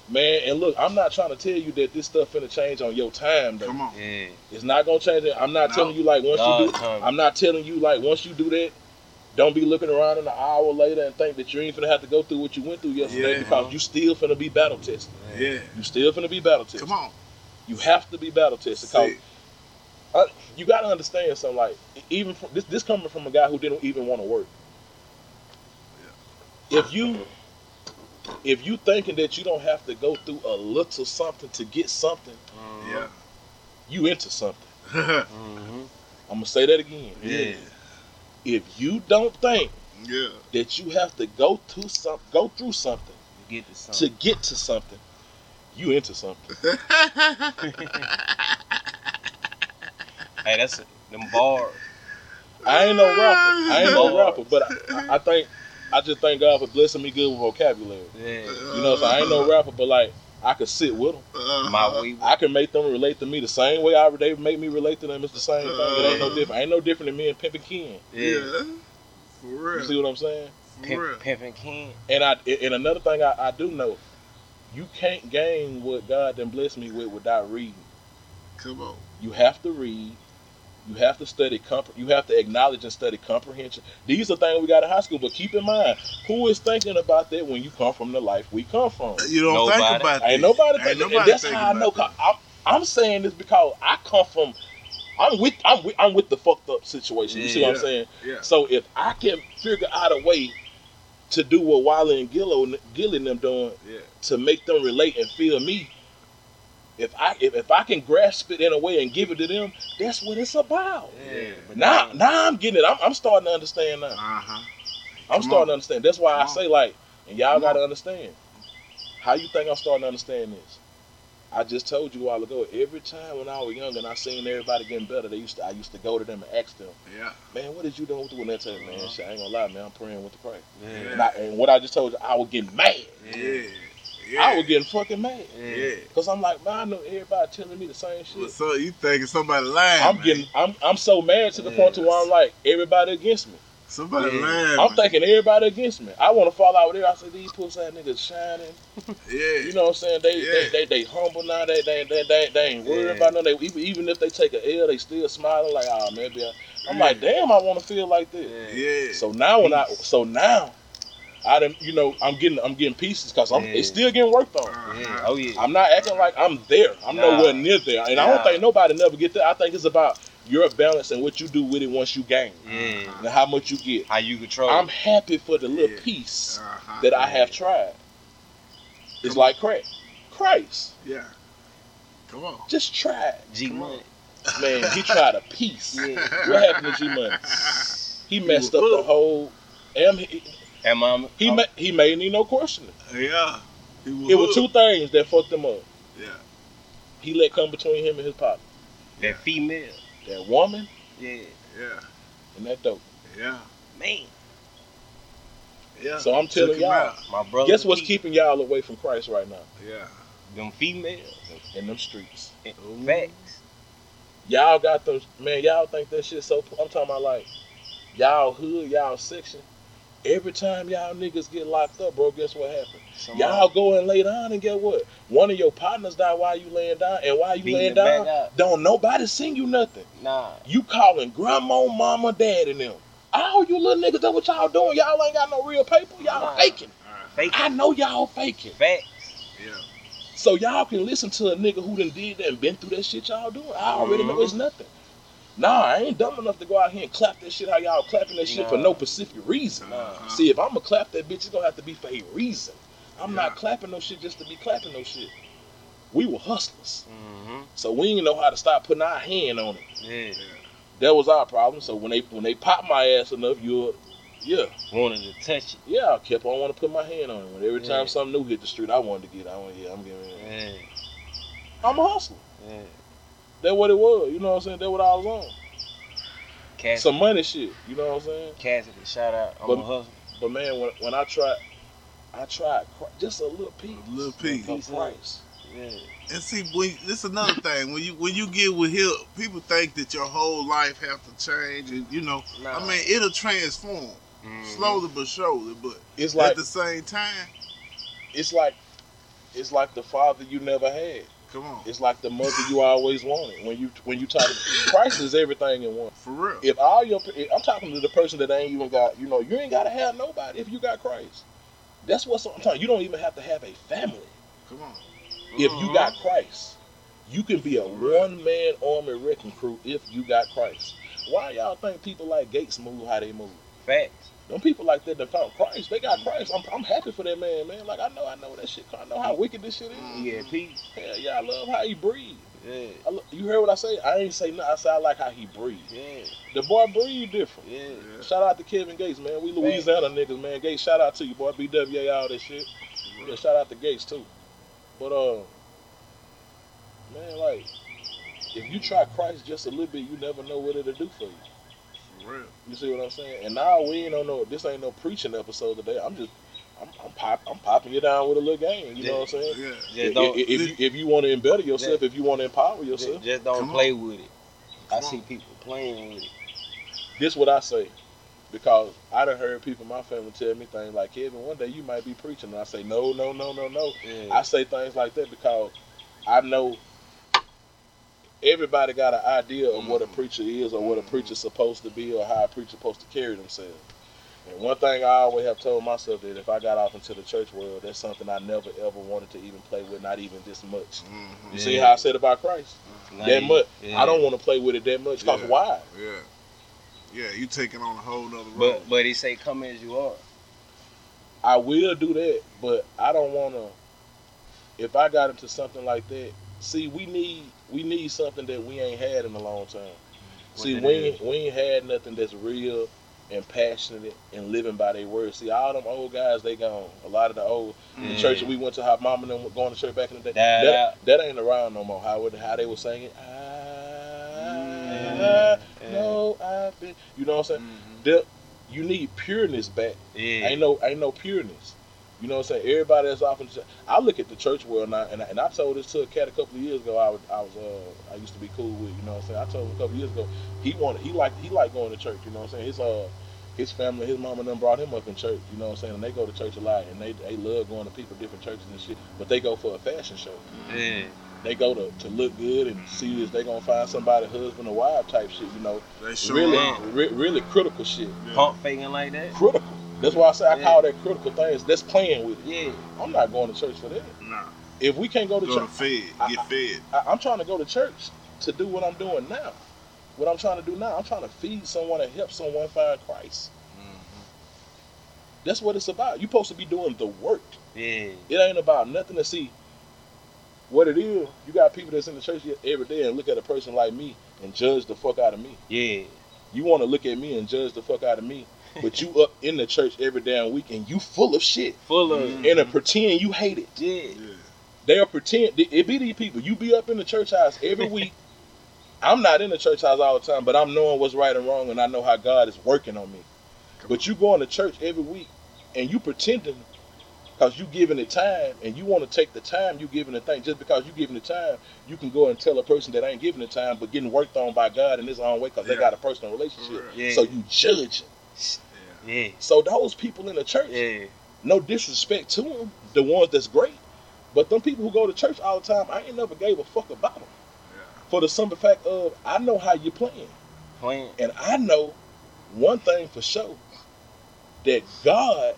[SPEAKER 2] Man, and look, I'm not trying to tell you that this stuff finna change on your time. Though.
[SPEAKER 1] Come on.
[SPEAKER 3] Yeah.
[SPEAKER 2] It's not gonna change. it. I'm not
[SPEAKER 1] No.
[SPEAKER 2] telling you like once you
[SPEAKER 3] God,
[SPEAKER 2] do.
[SPEAKER 3] come.
[SPEAKER 2] I'm not telling you like once you do that. Don't be looking around an hour later and think that you ain't finna have to go through what you went through yesterday
[SPEAKER 1] Yeah.
[SPEAKER 2] because you still finna be battle tested.
[SPEAKER 1] Yeah.
[SPEAKER 2] You still finna be battle tested.
[SPEAKER 1] Come on.
[SPEAKER 2] You have to be battle tested. Cause
[SPEAKER 1] See,
[SPEAKER 2] uh, you gotta understand something. Like e, even from, this, this coming from a guy who didn't even want to work. If you if you thinking that you don't have to go through a little something to get something,
[SPEAKER 1] yeah.
[SPEAKER 2] you into something.
[SPEAKER 1] (laughs) yeah.
[SPEAKER 3] Mm-hmm.
[SPEAKER 2] I'm gonna say that again.
[SPEAKER 3] Yeah.
[SPEAKER 2] If you don't think
[SPEAKER 1] Yeah.
[SPEAKER 2] that you have to go through some go through something
[SPEAKER 3] You get to
[SPEAKER 2] to
[SPEAKER 3] something.
[SPEAKER 2] get to something, you into something.
[SPEAKER 3] Hey, that's them bars.
[SPEAKER 2] I ain't no rapper. I ain't no rapper, but I, I, I think I just thank God for blessing me good with vocabulary.
[SPEAKER 3] Yeah.
[SPEAKER 2] You know, so I ain't no rapper, but like I could sit with them.
[SPEAKER 1] Uh,
[SPEAKER 3] My way.
[SPEAKER 2] I can make them relate to me the same way I, they make me relate to them. It's the same thing. It ain't no different. Ain't no different than me and Pimpin' Ken.
[SPEAKER 3] Yeah.
[SPEAKER 1] For real.
[SPEAKER 2] You see what I'm saying?
[SPEAKER 1] for real.
[SPEAKER 3] Pimp, pimping king.
[SPEAKER 2] And I and another thing I, I do know, you can't gain what God then blessed me with without reading.
[SPEAKER 1] Come on.
[SPEAKER 2] You have to read. You have to study compre- You have to acknowledge and study comprehension. These are things we got in high school, but keep in mind who is thinking about that when you come from the life we come from.
[SPEAKER 1] You don't think
[SPEAKER 3] Nobody.
[SPEAKER 1] about that.
[SPEAKER 2] Ain't nobody.
[SPEAKER 1] Ain't
[SPEAKER 2] thinking- and
[SPEAKER 1] nobody
[SPEAKER 2] that's
[SPEAKER 1] thinking
[SPEAKER 2] how I
[SPEAKER 1] about
[SPEAKER 2] know.
[SPEAKER 1] that.
[SPEAKER 2] 'cause I'm, I'm saying this because I come from. I'm with. I'm with. I'm with the fucked up situation. You see what I'm
[SPEAKER 1] Yeah.
[SPEAKER 2] saying?
[SPEAKER 1] Yeah.
[SPEAKER 2] So if I can figure out a way to do what Wiley and Gillo, Gilly and them doing
[SPEAKER 1] Yeah.
[SPEAKER 2] to make them relate and feel me, if I if, if I can grasp it in a way and give it to them, that's what it's about.
[SPEAKER 1] Yeah.
[SPEAKER 3] but
[SPEAKER 2] Now,
[SPEAKER 3] now-
[SPEAKER 2] now I'm getting it. I'm, I'm starting to understand now.
[SPEAKER 1] Uh huh.
[SPEAKER 2] I'm
[SPEAKER 1] Come
[SPEAKER 2] starting
[SPEAKER 1] on.
[SPEAKER 2] to understand. That's why I
[SPEAKER 1] Come on.
[SPEAKER 2] say like, and y'all
[SPEAKER 1] Come
[SPEAKER 2] gotta
[SPEAKER 1] on.
[SPEAKER 2] understand. How you think I'm starting to understand this? I just told you a while ago. Every time when I was young and I seen everybody getting better, they used to I used to go to them and ask them,
[SPEAKER 1] Yeah.
[SPEAKER 2] man, what did you doing with the that time, man?
[SPEAKER 3] Uh-huh.
[SPEAKER 2] Shit, I ain't gonna lie, man. I'm praying with the prayer.
[SPEAKER 1] Yeah.
[SPEAKER 2] And, I, and what I just told you, I was getting mad.
[SPEAKER 1] Yeah. Yeah.
[SPEAKER 2] I was getting fucking mad.
[SPEAKER 1] Yeah.
[SPEAKER 2] Cause I'm like, man, I know everybody telling me the same
[SPEAKER 1] Well,
[SPEAKER 2] shit.
[SPEAKER 1] so you thinking somebody lying?
[SPEAKER 2] I'm
[SPEAKER 1] man.
[SPEAKER 2] getting, I'm, I'm so mad to the point to where I'm like, everybody against me.
[SPEAKER 1] somebody
[SPEAKER 3] Yeah.
[SPEAKER 1] lying.
[SPEAKER 2] I'm
[SPEAKER 1] man.
[SPEAKER 2] thinking everybody against me. I want to fall out with there. I say these pussy ass niggas shining.
[SPEAKER 1] Yeah.
[SPEAKER 2] You know what I'm saying? They
[SPEAKER 1] Yeah.
[SPEAKER 2] they, they, they humble now. They they they, they, they ain't worried
[SPEAKER 3] Yeah.
[SPEAKER 2] about no. They even, even if they take a L, they still smiling like, oh maybe. I, I'm
[SPEAKER 1] Yeah.
[SPEAKER 2] like, damn, I want to feel like this.
[SPEAKER 1] Yeah.
[SPEAKER 2] So now when I
[SPEAKER 3] Peace.
[SPEAKER 2] so now, I done, you know I'm getting I'm getting pieces because I'm
[SPEAKER 3] Yeah.
[SPEAKER 2] it's still getting worked on.
[SPEAKER 3] Yeah.
[SPEAKER 1] Uh-huh.
[SPEAKER 3] Oh yeah.
[SPEAKER 2] I'm not acting like I'm there. I'm
[SPEAKER 3] Nah.
[SPEAKER 2] nowhere near there, and I don't
[SPEAKER 3] Nah.
[SPEAKER 2] think nobody never get there. I think it's about your balance and what you do with it once you gain
[SPEAKER 3] yeah.
[SPEAKER 2] and how much you get.
[SPEAKER 3] How you control?
[SPEAKER 2] I'm
[SPEAKER 3] it.
[SPEAKER 2] happy for the little
[SPEAKER 1] Yeah.
[SPEAKER 2] piece
[SPEAKER 1] Uh-huh.
[SPEAKER 2] that I have tried. It's like crack. Christ,
[SPEAKER 1] Yeah. Come on.
[SPEAKER 2] just try it.
[SPEAKER 3] G
[SPEAKER 1] (laughs)
[SPEAKER 3] money.
[SPEAKER 2] Man, he tried a
[SPEAKER 3] (laughs)
[SPEAKER 2] piece.
[SPEAKER 3] Yeah.
[SPEAKER 2] What happened to G Money? He messed up the whole. And he
[SPEAKER 3] And mom.
[SPEAKER 2] he, ma- he made need no questioning.
[SPEAKER 1] (laughs) Yeah. He was
[SPEAKER 2] It was two
[SPEAKER 1] hooked.
[SPEAKER 2] things that fucked him up.
[SPEAKER 1] Yeah.
[SPEAKER 2] He let come between him and his partner.
[SPEAKER 1] Yeah.
[SPEAKER 3] that female.
[SPEAKER 2] That woman
[SPEAKER 3] Yeah.
[SPEAKER 1] Yeah.
[SPEAKER 2] and that dope.
[SPEAKER 1] Yeah.
[SPEAKER 3] Man.
[SPEAKER 1] Yeah.
[SPEAKER 2] So I'm
[SPEAKER 1] Took
[SPEAKER 2] telling
[SPEAKER 1] him
[SPEAKER 2] y'all.
[SPEAKER 1] out.
[SPEAKER 3] My brother.
[SPEAKER 2] Guess what's
[SPEAKER 3] keep-
[SPEAKER 2] keeping y'all away from Christ right now?
[SPEAKER 1] Yeah.
[SPEAKER 3] them females.
[SPEAKER 2] In them streets.
[SPEAKER 3] And
[SPEAKER 1] Ooh.
[SPEAKER 3] Facts.
[SPEAKER 2] Y'all got those man. Y'all think that shit so. I'm talking about like y'all hood, y'all section. Every time y'all niggas get locked up, bro, guess what happened?
[SPEAKER 3] Some
[SPEAKER 2] Y'all go and lay down and get what? One of your partners die while you laying down, and while you
[SPEAKER 3] beating
[SPEAKER 2] laying
[SPEAKER 3] it back
[SPEAKER 2] down,
[SPEAKER 3] out.
[SPEAKER 2] don't nobody sing you nothing.
[SPEAKER 3] Nah.
[SPEAKER 2] You calling grandma, mama, dad, and them. All you little niggas, that what y'all doing? Y'all ain't got no real paper. Y'all
[SPEAKER 3] Nah.
[SPEAKER 2] faking.
[SPEAKER 1] Uh-huh.
[SPEAKER 3] Fake.
[SPEAKER 2] I know y'all faking.
[SPEAKER 3] Facts.
[SPEAKER 1] Yeah.
[SPEAKER 2] So y'all can listen to a nigga who done did that and been through that shit y'all doing. I already know
[SPEAKER 3] Mm-hmm.
[SPEAKER 2] it's nothing. Nah, I ain't dumb enough to go out here and clap that shit how y'all clapping that shit for
[SPEAKER 3] Nah.
[SPEAKER 2] no specific reason.
[SPEAKER 1] Uh-huh.
[SPEAKER 2] See, if I'ma clap that bitch, it's gonna have to be for a reason. I'm
[SPEAKER 1] Yeah.
[SPEAKER 2] not clapping no shit just to be clapping no shit. We were hustlers.
[SPEAKER 3] Mm-hmm.
[SPEAKER 2] So we didn't know how to stop putting our hand on it.
[SPEAKER 3] Yeah.
[SPEAKER 2] That was our problem. So when they when they popped my ass enough, you yeah,
[SPEAKER 3] Wanted to touch it.
[SPEAKER 2] yeah, I kept on wanna put my hand on it. When every
[SPEAKER 3] Yeah.
[SPEAKER 2] time something new hit the street, I wanted to get I want yeah, I'm getting it.
[SPEAKER 3] Yeah.
[SPEAKER 2] I'm a hustler.
[SPEAKER 3] Yeah.
[SPEAKER 2] That what it was, you know what I'm saying? That what I was on.
[SPEAKER 3] Cassidy.
[SPEAKER 2] Some money shit, you know what I'm saying?
[SPEAKER 3] Cassidy. Shout out. I'm
[SPEAKER 2] But-
[SPEAKER 3] a hustler.
[SPEAKER 2] But man, when, when I tried, I tried cr- just a little piece.
[SPEAKER 1] A little piece.
[SPEAKER 2] Of Christ.
[SPEAKER 3] Yeah.
[SPEAKER 1] And see, when, this is another thing. When you when you get with him, people think that your whole life have to change, and you know,
[SPEAKER 3] Nah.
[SPEAKER 1] I mean, it'll transform
[SPEAKER 3] Mhm.
[SPEAKER 1] slowly but surely. But
[SPEAKER 2] Mm-hmm. It's like
[SPEAKER 1] at the same time,
[SPEAKER 2] it's like it's like the father you never had.
[SPEAKER 1] come on,
[SPEAKER 2] It's like the mother you always wanted. When you when you talk, Christ is everything in one.
[SPEAKER 1] for real.
[SPEAKER 2] If all your, if- I'm talking to the person that ain't even got, you know, you ain't gotta have nobody if you got Christ. That's what I'm talking. You don't even have to have a family
[SPEAKER 1] Come on,
[SPEAKER 2] if you got Christ. You can be a one man army wrecking crew if you got Christ. Why y'all think people like Gates move how they move?
[SPEAKER 3] Facts.
[SPEAKER 2] Them people like that that found Christ, they got Christ. I'm, I'm happy for that man, man. Like I know, I know that shit. I know how wicked this shit
[SPEAKER 1] Mm-hmm.
[SPEAKER 2] is.
[SPEAKER 3] Yeah. Peace.
[SPEAKER 2] Hell yeah, I love how he breathe.
[SPEAKER 3] Yeah.
[SPEAKER 2] I lo- you heard what I say? I ain't say nothing. I say I like how he breathe.
[SPEAKER 3] Yeah.
[SPEAKER 2] The boy breathe different.
[SPEAKER 3] Yeah.
[SPEAKER 1] Uh-huh. Yeah.
[SPEAKER 2] Shout out to Kevin Gates, man. We Louisiana niggas, man. Gates, shout out to you, boy. BWA, all this shit.
[SPEAKER 1] for
[SPEAKER 2] Yeah,
[SPEAKER 1] real.
[SPEAKER 2] shout out to Gates too. But uh, man, like, if you try Christ just a little bit, you never know what it'll do for you.
[SPEAKER 1] for real.
[SPEAKER 2] You see what I'm saying? And now we ain't on no. This ain't no preaching episode today. I'm just, I'm, I'm pop, I'm popping you down with a little game. You know what I'm saying?
[SPEAKER 1] Yeah,
[SPEAKER 3] Just
[SPEAKER 2] If,
[SPEAKER 3] don't.
[SPEAKER 2] if, if you, if you want to embellish yourself, if you want to empower
[SPEAKER 3] ju-
[SPEAKER 2] yourself,
[SPEAKER 3] Just
[SPEAKER 1] Come
[SPEAKER 3] don't
[SPEAKER 1] on.
[SPEAKER 3] play with it. I
[SPEAKER 1] Come
[SPEAKER 3] see
[SPEAKER 1] on.
[SPEAKER 3] people playing with it.
[SPEAKER 2] this what I say. Because I done heard people in my family tell me things like, Kevin, one day you might be preaching. And I say, no, no, no, no, no.
[SPEAKER 3] Yeah.
[SPEAKER 2] I say things like that because I know everybody got an idea of what a
[SPEAKER 3] Mm-hmm.
[SPEAKER 1] Mhm.
[SPEAKER 2] preacher is or what a
[SPEAKER 1] Mhm.
[SPEAKER 2] preacher's supposed to be or how a preacher's supposed to carry themselves. And one thing I always have told myself that if I got off into the church world, that's something I never ever wanted to even play with, not even this much.
[SPEAKER 1] Mhm.
[SPEAKER 2] You see
[SPEAKER 3] Yeah.
[SPEAKER 2] how I said about Christ? That
[SPEAKER 3] Lame.
[SPEAKER 2] much.
[SPEAKER 3] Yeah.
[SPEAKER 2] I don't want to play with it that much. Cause
[SPEAKER 1] Yeah.
[SPEAKER 2] why?
[SPEAKER 1] Yeah. Yeah, you taking on a whole nother road.
[SPEAKER 3] But but he say, "Come as you are."
[SPEAKER 2] I will do that, but I don't want to. If I got into something like that, see, we need we need something that we ain't had in a long time.
[SPEAKER 3] What
[SPEAKER 2] see,
[SPEAKER 3] that
[SPEAKER 2] we
[SPEAKER 3] Mm-hmm. is.
[SPEAKER 2] ain't, we ain't had nothing that's real and passionate and living by their word. See, all them old guys, they gone. A lot of the old the
[SPEAKER 3] Yeah.
[SPEAKER 2] church that we went to, how mom and them were going to church back in the day.
[SPEAKER 3] Died
[SPEAKER 2] That, that ain't around no more. How it, how they were singing, I
[SPEAKER 3] Mm, Yeah. Mm.
[SPEAKER 2] know I've been. You know what I'm saying?
[SPEAKER 1] Mhm.
[SPEAKER 2] That- you need pureness back.
[SPEAKER 3] Yeah.
[SPEAKER 2] Ain't no ain't no pureness. You know what I'm saying? Everybody that's off in the church. I look at the church world now, and I, and I told this to a cat a couple of years ago. I was I was uh I used to be cool with. You know what I'm saying? I told him a couple of years ago he wanted he liked he liked going to church. You know what I'm saying? His uh his family, his mom and them brought him up in church. You know what I'm saying? And they go to church a lot, and they they love going to people different churches and shit. But they go for a fashion show.
[SPEAKER 3] Yeah.
[SPEAKER 2] They go to to look good and see if they gonna find somebody husband or wife type shit. You know,
[SPEAKER 1] They sure
[SPEAKER 2] really
[SPEAKER 1] are.
[SPEAKER 2] re- really critical shit
[SPEAKER 1] Yeah.
[SPEAKER 3] Pump faking like that.
[SPEAKER 2] critical. That's why I say I
[SPEAKER 3] Yeah.
[SPEAKER 2] call that critical things. That's playing with it.
[SPEAKER 3] Yeah.
[SPEAKER 2] I'm not going to church for that.
[SPEAKER 1] Nah.
[SPEAKER 2] If we can't go to
[SPEAKER 1] Go to
[SPEAKER 2] church, Uh-uh.
[SPEAKER 1] fed.
[SPEAKER 2] I-
[SPEAKER 1] Get fed.
[SPEAKER 2] I, I'm trying to go to church to do what I'm doing now. What I'm trying to do now, I'm trying to feed someone and help someone find Christ. That's what it's about. You're supposed to be doing the work.
[SPEAKER 3] Yeah.
[SPEAKER 2] It ain't about nothing to see. What it is, you got people that's in the church every day and look at a person like me and judge the fuck out of me.
[SPEAKER 3] Yeah.
[SPEAKER 2] You want to look at me and judge the fuck out of me, (laughs) but you up in the church every damn week and you full of shit.
[SPEAKER 3] Full of.
[SPEAKER 1] Mhm.
[SPEAKER 2] and a pretend you hate it.
[SPEAKER 3] Yeah.
[SPEAKER 1] Yeah.
[SPEAKER 2] They'll pretend it be these people. You be up in the church house
[SPEAKER 1] (laughs)
[SPEAKER 2] every week. I'm not in the church house all the time, but I'm knowing what's right and wrong, and I know how God is working on me.
[SPEAKER 1] Come
[SPEAKER 2] But you going to church every week, and you pretending because you giving it time, and you want to take the time you giving the thing. Just because you giving the time, you can go and tell a person that ain't giving the time, but getting worked on by God in His own way because they
[SPEAKER 1] Yeah.
[SPEAKER 2] got a personal relationship.
[SPEAKER 1] Correct.
[SPEAKER 3] Yeah.
[SPEAKER 2] So you judge.
[SPEAKER 1] Yeah.
[SPEAKER 3] yeah.
[SPEAKER 2] So those people in the church,
[SPEAKER 3] Yeah.
[SPEAKER 2] no disrespect to them, the ones that's great, but them people who go to church all the time, I ain't never gave a fuck about them.
[SPEAKER 1] Yeah.
[SPEAKER 2] For the simple fact of, I know how you playing,
[SPEAKER 3] Playing.
[SPEAKER 2] and I know one thing for sure, that God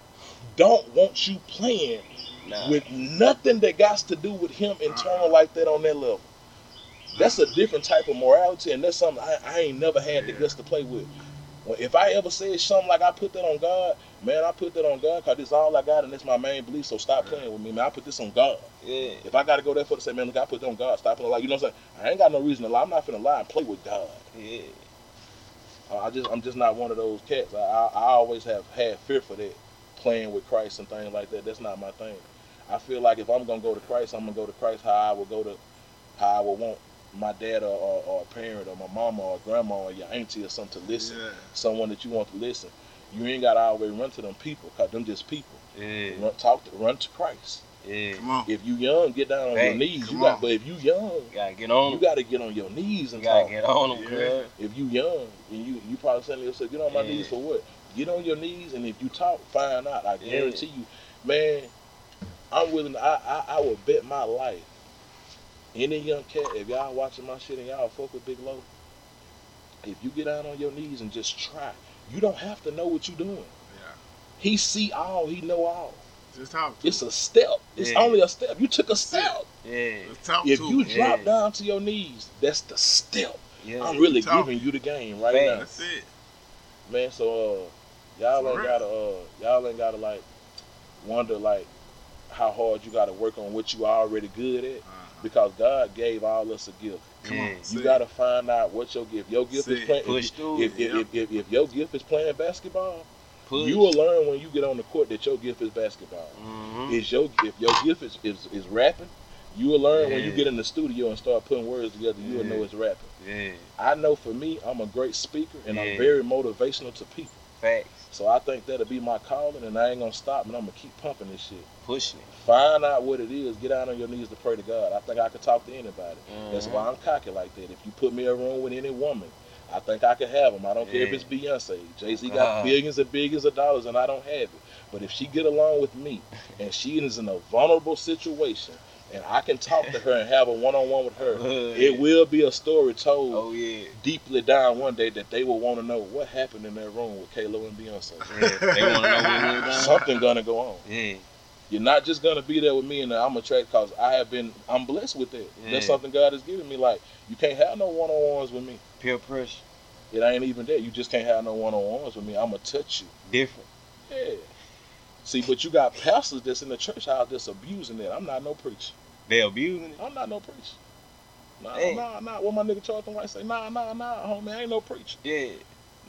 [SPEAKER 2] don't want you playing
[SPEAKER 3] Nah.
[SPEAKER 2] with nothing that got to do with Him internal like that on that level. That's a different type of morality, and that's something I, I ain't never had the
[SPEAKER 1] Yeah.
[SPEAKER 2] guts to play with. Well, if I ever said something like I put that on God, man, I put that on God because this all I got and that's my main belief. So stop playing with me, man. I put this on God.
[SPEAKER 3] yeah.
[SPEAKER 2] If I gotta go there for to say, man, look, I put it on God. Stop playing. Like you know what I'm saying? I ain't got no reason to lie. I'm not finna lie and play with God.
[SPEAKER 3] Yeah.
[SPEAKER 2] Uh, I just I'm just not one of those cats. I, I I always have had fear for that, playing with Christ and things like that. That's not my thing. I feel like if I'm gonna go to Christ, I'm gonna go to Christ how I would go to, how I would want my dad or, or, or a parent or my mama or grandma or your auntie or something to listen
[SPEAKER 1] Yeah.
[SPEAKER 2] someone that you want to listen. You ain't got to always run to them people, cause them just people.
[SPEAKER 3] Yeah.
[SPEAKER 2] Run, talk to, run to Christ.
[SPEAKER 3] Yeah.
[SPEAKER 1] Come on.
[SPEAKER 2] If you young, get down on your
[SPEAKER 3] Hey,
[SPEAKER 2] knees.
[SPEAKER 1] come
[SPEAKER 2] You got,
[SPEAKER 1] on.
[SPEAKER 2] but if you young,
[SPEAKER 3] Gotta get on.
[SPEAKER 2] you
[SPEAKER 3] You
[SPEAKER 2] got to get on your knees and
[SPEAKER 3] gotta
[SPEAKER 2] talk.
[SPEAKER 3] get on him,
[SPEAKER 1] Yeah.
[SPEAKER 3] cuz.
[SPEAKER 2] If you young, and you you probably saying to yourself, get on my
[SPEAKER 3] Yeah.
[SPEAKER 2] knees for what? Get on your knees, and if you talk, find out. I
[SPEAKER 3] Yeah.
[SPEAKER 2] guarantee you, man. I'm willing. I, I I will bet my life. Any young cat, if y'all watching my shit and y'all fuck with Big Low, if you get down on your knees and just try, you don't have to know what you doing.
[SPEAKER 1] Yeah.
[SPEAKER 2] He see all, he know all.
[SPEAKER 1] Just talk to
[SPEAKER 2] It's
[SPEAKER 1] him.
[SPEAKER 2] a step. It's
[SPEAKER 3] Yeah.
[SPEAKER 2] only a step. You took a step.
[SPEAKER 3] Yeah.
[SPEAKER 1] Just talk
[SPEAKER 2] If
[SPEAKER 1] to
[SPEAKER 2] you
[SPEAKER 1] him.
[SPEAKER 3] Yeah.
[SPEAKER 2] drop down to your knees, that's the step.
[SPEAKER 3] Yeah.
[SPEAKER 2] I'm really
[SPEAKER 1] Talk.
[SPEAKER 2] giving you the game right
[SPEAKER 3] Man.
[SPEAKER 2] now,
[SPEAKER 1] That's it.
[SPEAKER 2] man. So uh, y'all
[SPEAKER 1] For
[SPEAKER 2] ain't
[SPEAKER 1] real.
[SPEAKER 2] gotta uh, y'all ain't gotta like wonder like how hard you gotta work on what you already good at
[SPEAKER 1] Uh-huh.
[SPEAKER 2] because God gave all us a gift.
[SPEAKER 1] Come
[SPEAKER 3] Yeah.
[SPEAKER 1] on.
[SPEAKER 3] You
[SPEAKER 1] Say
[SPEAKER 2] You
[SPEAKER 1] it.
[SPEAKER 2] gotta find out what your gift. Your gift
[SPEAKER 1] See,
[SPEAKER 2] is playing.
[SPEAKER 3] Push
[SPEAKER 2] If,
[SPEAKER 3] through.
[SPEAKER 2] if, if, if, if, if your gift is playing basketball,
[SPEAKER 3] Push.
[SPEAKER 2] you will learn when you get on the court that your gift is basketball.
[SPEAKER 3] Mhm.
[SPEAKER 2] is your if your gift is, is, is rapping, you will learn when you
[SPEAKER 3] Yeah.
[SPEAKER 2] get in the studio and start putting words together, you will
[SPEAKER 3] Yeah.
[SPEAKER 2] know it's rapping.
[SPEAKER 3] Yeah.
[SPEAKER 2] I know for me, I'm a great speaker and I'm
[SPEAKER 3] Yeah.
[SPEAKER 2] very motivational to people.
[SPEAKER 3] Facts.
[SPEAKER 2] So I think that'll be my calling and I ain't gonna stop and I'm gonna keep pumping this shit.
[SPEAKER 3] Pushing it.
[SPEAKER 2] Find out what it is, get down on your knees to pray to God. I think I could talk to anybody. That's
[SPEAKER 3] Mhm.
[SPEAKER 2] why I'm cocky like that. If you put me in a room with any woman, I think I could have them. I don't care if
[SPEAKER 3] Yeah. Uh-huh.
[SPEAKER 2] it's Beyonce. Jay Z
[SPEAKER 3] God.
[SPEAKER 2] got billions and billions of dollars, and I don't have it. But if she get along with me, and she is in a vulnerable situation, and I can talk to her and have a one on one with her,
[SPEAKER 3] Uh,
[SPEAKER 2] it will be a story told
[SPEAKER 3] Oh yeah.
[SPEAKER 2] deeply down one day that they will want to know what happened in that room with K-Lo and Beyonce.
[SPEAKER 3] yeah. They want to know what went
[SPEAKER 2] (laughs)
[SPEAKER 3] down.
[SPEAKER 2] Something gonna go on.
[SPEAKER 3] Yeah.
[SPEAKER 2] You're not just gonna be there with me and I'm attracted because I have been I'm blessed with it. That's
[SPEAKER 3] Yeah.
[SPEAKER 2] something God has given me. Like you can't have no one on ones with me.
[SPEAKER 3] Peer pressure.
[SPEAKER 2] It ain't even that. You just can't have no one on ones with me. I'ma touch you.
[SPEAKER 3] Different.
[SPEAKER 2] Yeah. See, but you got pastors that's in the church house that's abusing that. I'm not no preacher.
[SPEAKER 3] They abusing it.
[SPEAKER 2] I'm not no preacher. Nah,
[SPEAKER 3] Dang.
[SPEAKER 2] nah, nah. What my nigga Charlton White say? Nah, nah, nah, homie. I ain't no preacher.
[SPEAKER 3] Yeah.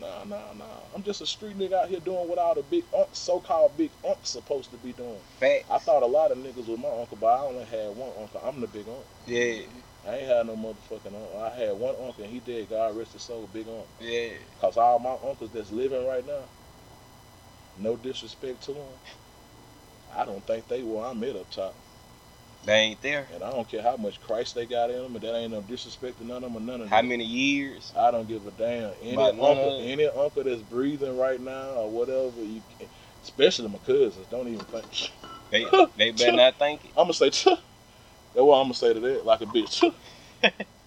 [SPEAKER 2] Nah, nah, nah. I'm just a street nigga out here doing what all the big unks, so-called big unks supposed to be doing.
[SPEAKER 3] Fact.
[SPEAKER 2] I thought a lot of niggas was my uncle, but I only had one uncle. I'm the big uncle.
[SPEAKER 3] Yeah.
[SPEAKER 2] I ain't had no motherfucking uncle. I had one uncle, and he dead. God rest his soul, big uncle.
[SPEAKER 3] Yeah.
[SPEAKER 2] Cause all my uncles that's living right now, no disrespect to them, I don't think they were. I'm it up top,
[SPEAKER 3] They ain't there.
[SPEAKER 2] and I don't care how much Christ they got in them, and that ain't no disrespect to none of them or none of them.
[SPEAKER 3] How many years?
[SPEAKER 2] I don't give a damn. Any
[SPEAKER 3] About none
[SPEAKER 2] uncle,
[SPEAKER 3] of it.
[SPEAKER 2] any uncle that's breathing right now or whatever, you can, especially my cousins, don't even think.
[SPEAKER 3] They they better not think it.
[SPEAKER 2] I'm gonna say, "Tuh." that's what I'm gonna say to that, like a bitch. "Tuh."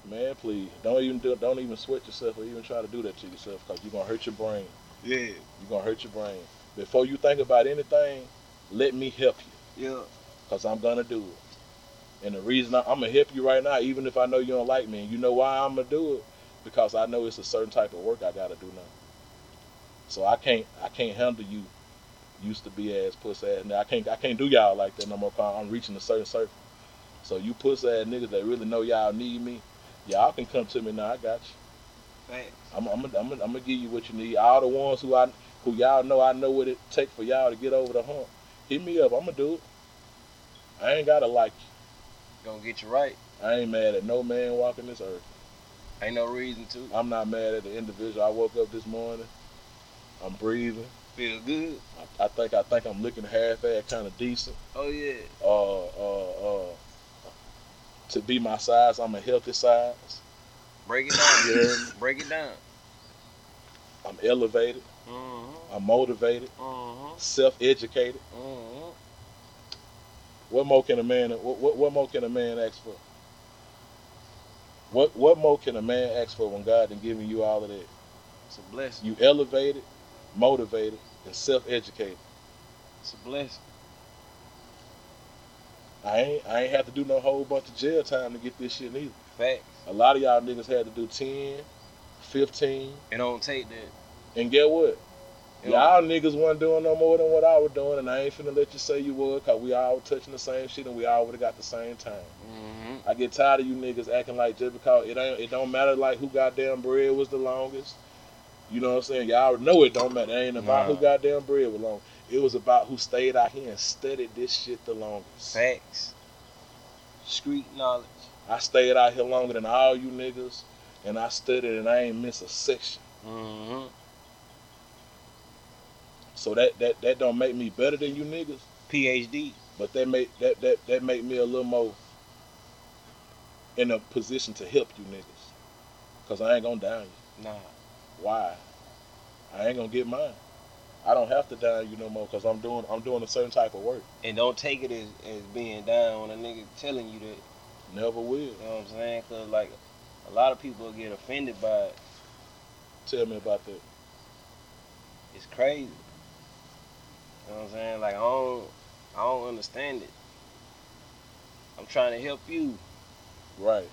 [SPEAKER 2] Man, please don't even do, don't even sweat yourself or even try to do that to yourself because you're gonna hurt your brain.
[SPEAKER 1] Yeah.
[SPEAKER 2] You're gonna hurt your brain. Before you think about anything, let me help you
[SPEAKER 3] Yeah.
[SPEAKER 2] because I'm gonna do it. And the reason I, I'm gonna help you right now, even if I know you don't like me, and you know why I'm gonna do it, because I know it's a certain type of work I gotta do now. So I can't I can't handle you, used to be ass pussy ass. Now I can't I can't do y'all like that no more. 'cause I'm reaching a certain circle. So you pussy ass niggas that really know y'all need me, y'all can come to me now. I got you.
[SPEAKER 3] Fact.
[SPEAKER 2] I'm I'm I'm, I'm gonna give you what you need. All the ones who I who y'all know I know what it take for y'all to get over the hump. Hit me up. I'm gonna do it. I ain't gotta like you.
[SPEAKER 3] Gonna get you right.
[SPEAKER 2] I ain't mad at no man walking this earth.
[SPEAKER 3] Ain't no reason to.
[SPEAKER 2] I'm not mad at the individual. I woke up this morning. I'm breathing.
[SPEAKER 3] Feel good.
[SPEAKER 2] I, I think I think I'm looking half-ass, kind of decent.
[SPEAKER 3] Oh yeah.
[SPEAKER 2] Uh, uh, uh. To be my size, I'm a healthy size.
[SPEAKER 3] Break it down.
[SPEAKER 2] You hear me?
[SPEAKER 3] Break it down.
[SPEAKER 2] I'm elevated.
[SPEAKER 3] Mm-hmm.
[SPEAKER 2] I'm motivated.
[SPEAKER 3] Mm-hmm.
[SPEAKER 2] Self-educated.
[SPEAKER 3] Mm-hmm.
[SPEAKER 2] What more can a man what, what, what more can a man ask for? What what more can a man ask for when God done given you all of that?
[SPEAKER 3] It's a blessing.
[SPEAKER 2] You elevated, motivated, and self educated.
[SPEAKER 3] It's a blessing.
[SPEAKER 2] I ain't I ain't have to do no whole bunch of jail time to get this shit neither.
[SPEAKER 3] Facts.
[SPEAKER 2] A lot of y'all niggas had to do 10, 15,
[SPEAKER 3] It don't take that.
[SPEAKER 2] and get what?
[SPEAKER 3] It
[SPEAKER 2] Y'all niggas wasn't doing no more than what I was doing, and I ain't finna let you say you was, cause we all touching the same shit and we all would've got the same time.
[SPEAKER 3] Mm-hmm.
[SPEAKER 2] I get tired of you niggas acting like just because it ain't it don't matter like who goddamn bread was the longest. You know what I'm saying? Y'all know it don't matter. It ain't about
[SPEAKER 3] Nah.
[SPEAKER 2] who goddamn bread was long. It was about who stayed out here and studied this shit the longest.
[SPEAKER 3] Facts. Street knowledge.
[SPEAKER 2] I stayed out here longer than all you niggas, and I studied and I ain't miss a section.
[SPEAKER 3] Mm-hmm.
[SPEAKER 2] So that that that don't make me better than you niggas,
[SPEAKER 3] PhD.
[SPEAKER 2] but that make that that that make me a little more in a position to help you niggas, cause I ain't gonna down you.
[SPEAKER 3] Nah.
[SPEAKER 2] why I ain't gonna get mine. I don't have to dime you no more because I'm doing I'm doing a certain type of work.
[SPEAKER 3] And don't take it as, as being down when a nigga telling you that.
[SPEAKER 2] Never will.
[SPEAKER 3] You know what I'm saying? Cause like a lot of people get offended by it.
[SPEAKER 2] Tell me about that.
[SPEAKER 3] It's crazy. You know what I'm saying? Like I don't I don't understand it. I'm trying to help you.
[SPEAKER 2] Right,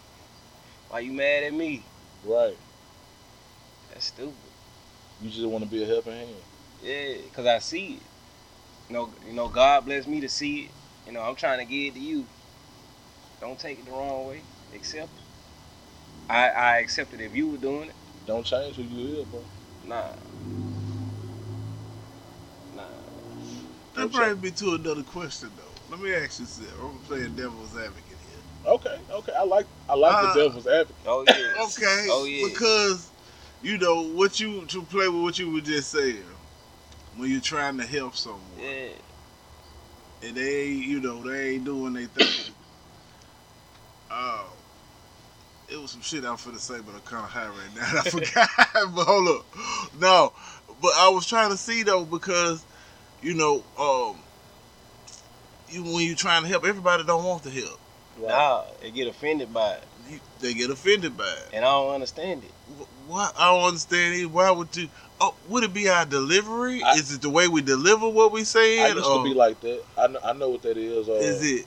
[SPEAKER 3] Why you mad at me?
[SPEAKER 2] right.
[SPEAKER 3] That's stupid.
[SPEAKER 2] You just want to be a helping hand.
[SPEAKER 3] Yeah, cause I see it. You know, you know, God bless me to see it. You know, I'm trying to give it to you. Don't take it the wrong way. Accept it. I I accept it if you were doing it.
[SPEAKER 2] Don't change who you is, bro.
[SPEAKER 3] Nah. Nah.
[SPEAKER 1] That
[SPEAKER 2] Okay.
[SPEAKER 1] brings me to another question though. Let me ask you this. I'm playing devil's advocate here.
[SPEAKER 2] Okay, okay. I like I like
[SPEAKER 1] Uh,
[SPEAKER 2] the devil's advocate.
[SPEAKER 3] Oh yeah.
[SPEAKER 1] Okay.
[SPEAKER 3] Oh yeah.
[SPEAKER 1] Because you know what you to play with what you were just saying. When you're trying to help someone
[SPEAKER 3] yeah.
[SPEAKER 1] and they ain't, you know, they ain't doing their thing. (coughs) Oh. It was some shit I'm finna say, but I'm kinda high right now. (laughs) and I forgot. but hold up. No. But I was trying to see though because, you know, um you when you trying to help, everybody don't want to help.
[SPEAKER 2] Right.
[SPEAKER 3] Nah, they get offended by it,
[SPEAKER 1] You- They get offended by it.
[SPEAKER 3] and I don't understand it.
[SPEAKER 1] Wh- Why? I don't understand either. Why would you? Oh, would it be our delivery?
[SPEAKER 2] I-
[SPEAKER 1] is it the way we deliver what we saying?
[SPEAKER 2] I used
[SPEAKER 1] or
[SPEAKER 2] to be like that. I know, I know what that is. Uh,
[SPEAKER 1] is it?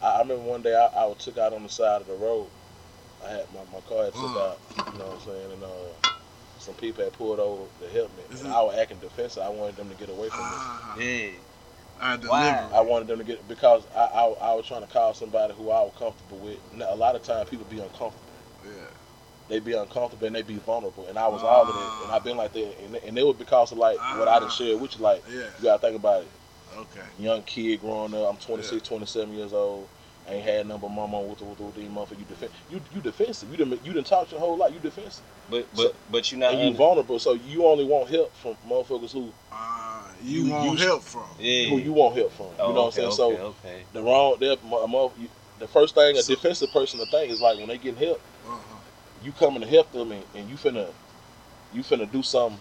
[SPEAKER 2] I, I remember one day I, I was took out on the side of the road. I had my, my car had took
[SPEAKER 1] Mm.
[SPEAKER 2] out, you know what I'm saying, and uh, some people had pulled over to help me.
[SPEAKER 1] Is
[SPEAKER 2] And
[SPEAKER 1] it-
[SPEAKER 2] I was acting defensive. I wanted them to get away from me.
[SPEAKER 1] Ah,
[SPEAKER 3] Yeah,
[SPEAKER 1] our
[SPEAKER 3] why?
[SPEAKER 1] delivery.
[SPEAKER 2] I wanted them to get because I, I I was trying to call somebody who I was comfortable with. Now, a lot of times people be uncomfortable.
[SPEAKER 1] Yeah.
[SPEAKER 2] They be uncomfortable and they be vulnerable. And I was all of
[SPEAKER 1] Ah.
[SPEAKER 2] it. And I've been like that. And, and it was because of like what I done shared with you. Like
[SPEAKER 1] Yeah.
[SPEAKER 2] you gotta think about it.
[SPEAKER 1] Okay.
[SPEAKER 2] young kid growing up. I'm 26, 27 years old. Ain't had nothing but mama with the with the motherfucker. You defend you you defensive. You didn't you didn't talk your whole life. You defensive
[SPEAKER 3] but but
[SPEAKER 2] So-
[SPEAKER 3] but you're not.
[SPEAKER 2] and you
[SPEAKER 3] Under,
[SPEAKER 2] vulnerable. So you only want help from motherfuckers who
[SPEAKER 1] Ah, you,
[SPEAKER 2] You-
[SPEAKER 1] want
[SPEAKER 2] you-
[SPEAKER 1] help from?
[SPEAKER 3] yeah.
[SPEAKER 2] who you want help from. You
[SPEAKER 3] Oh,
[SPEAKER 2] know what I'm
[SPEAKER 3] okay,
[SPEAKER 2] saying?
[SPEAKER 3] okay,
[SPEAKER 2] so
[SPEAKER 3] okay.
[SPEAKER 2] the wrong they're mo- mo- you- the first thing a
[SPEAKER 1] So-
[SPEAKER 2] defensive person to think is like when they get help,
[SPEAKER 1] Uh-huh.
[SPEAKER 2] you coming to help them and, and you finna you finna do something.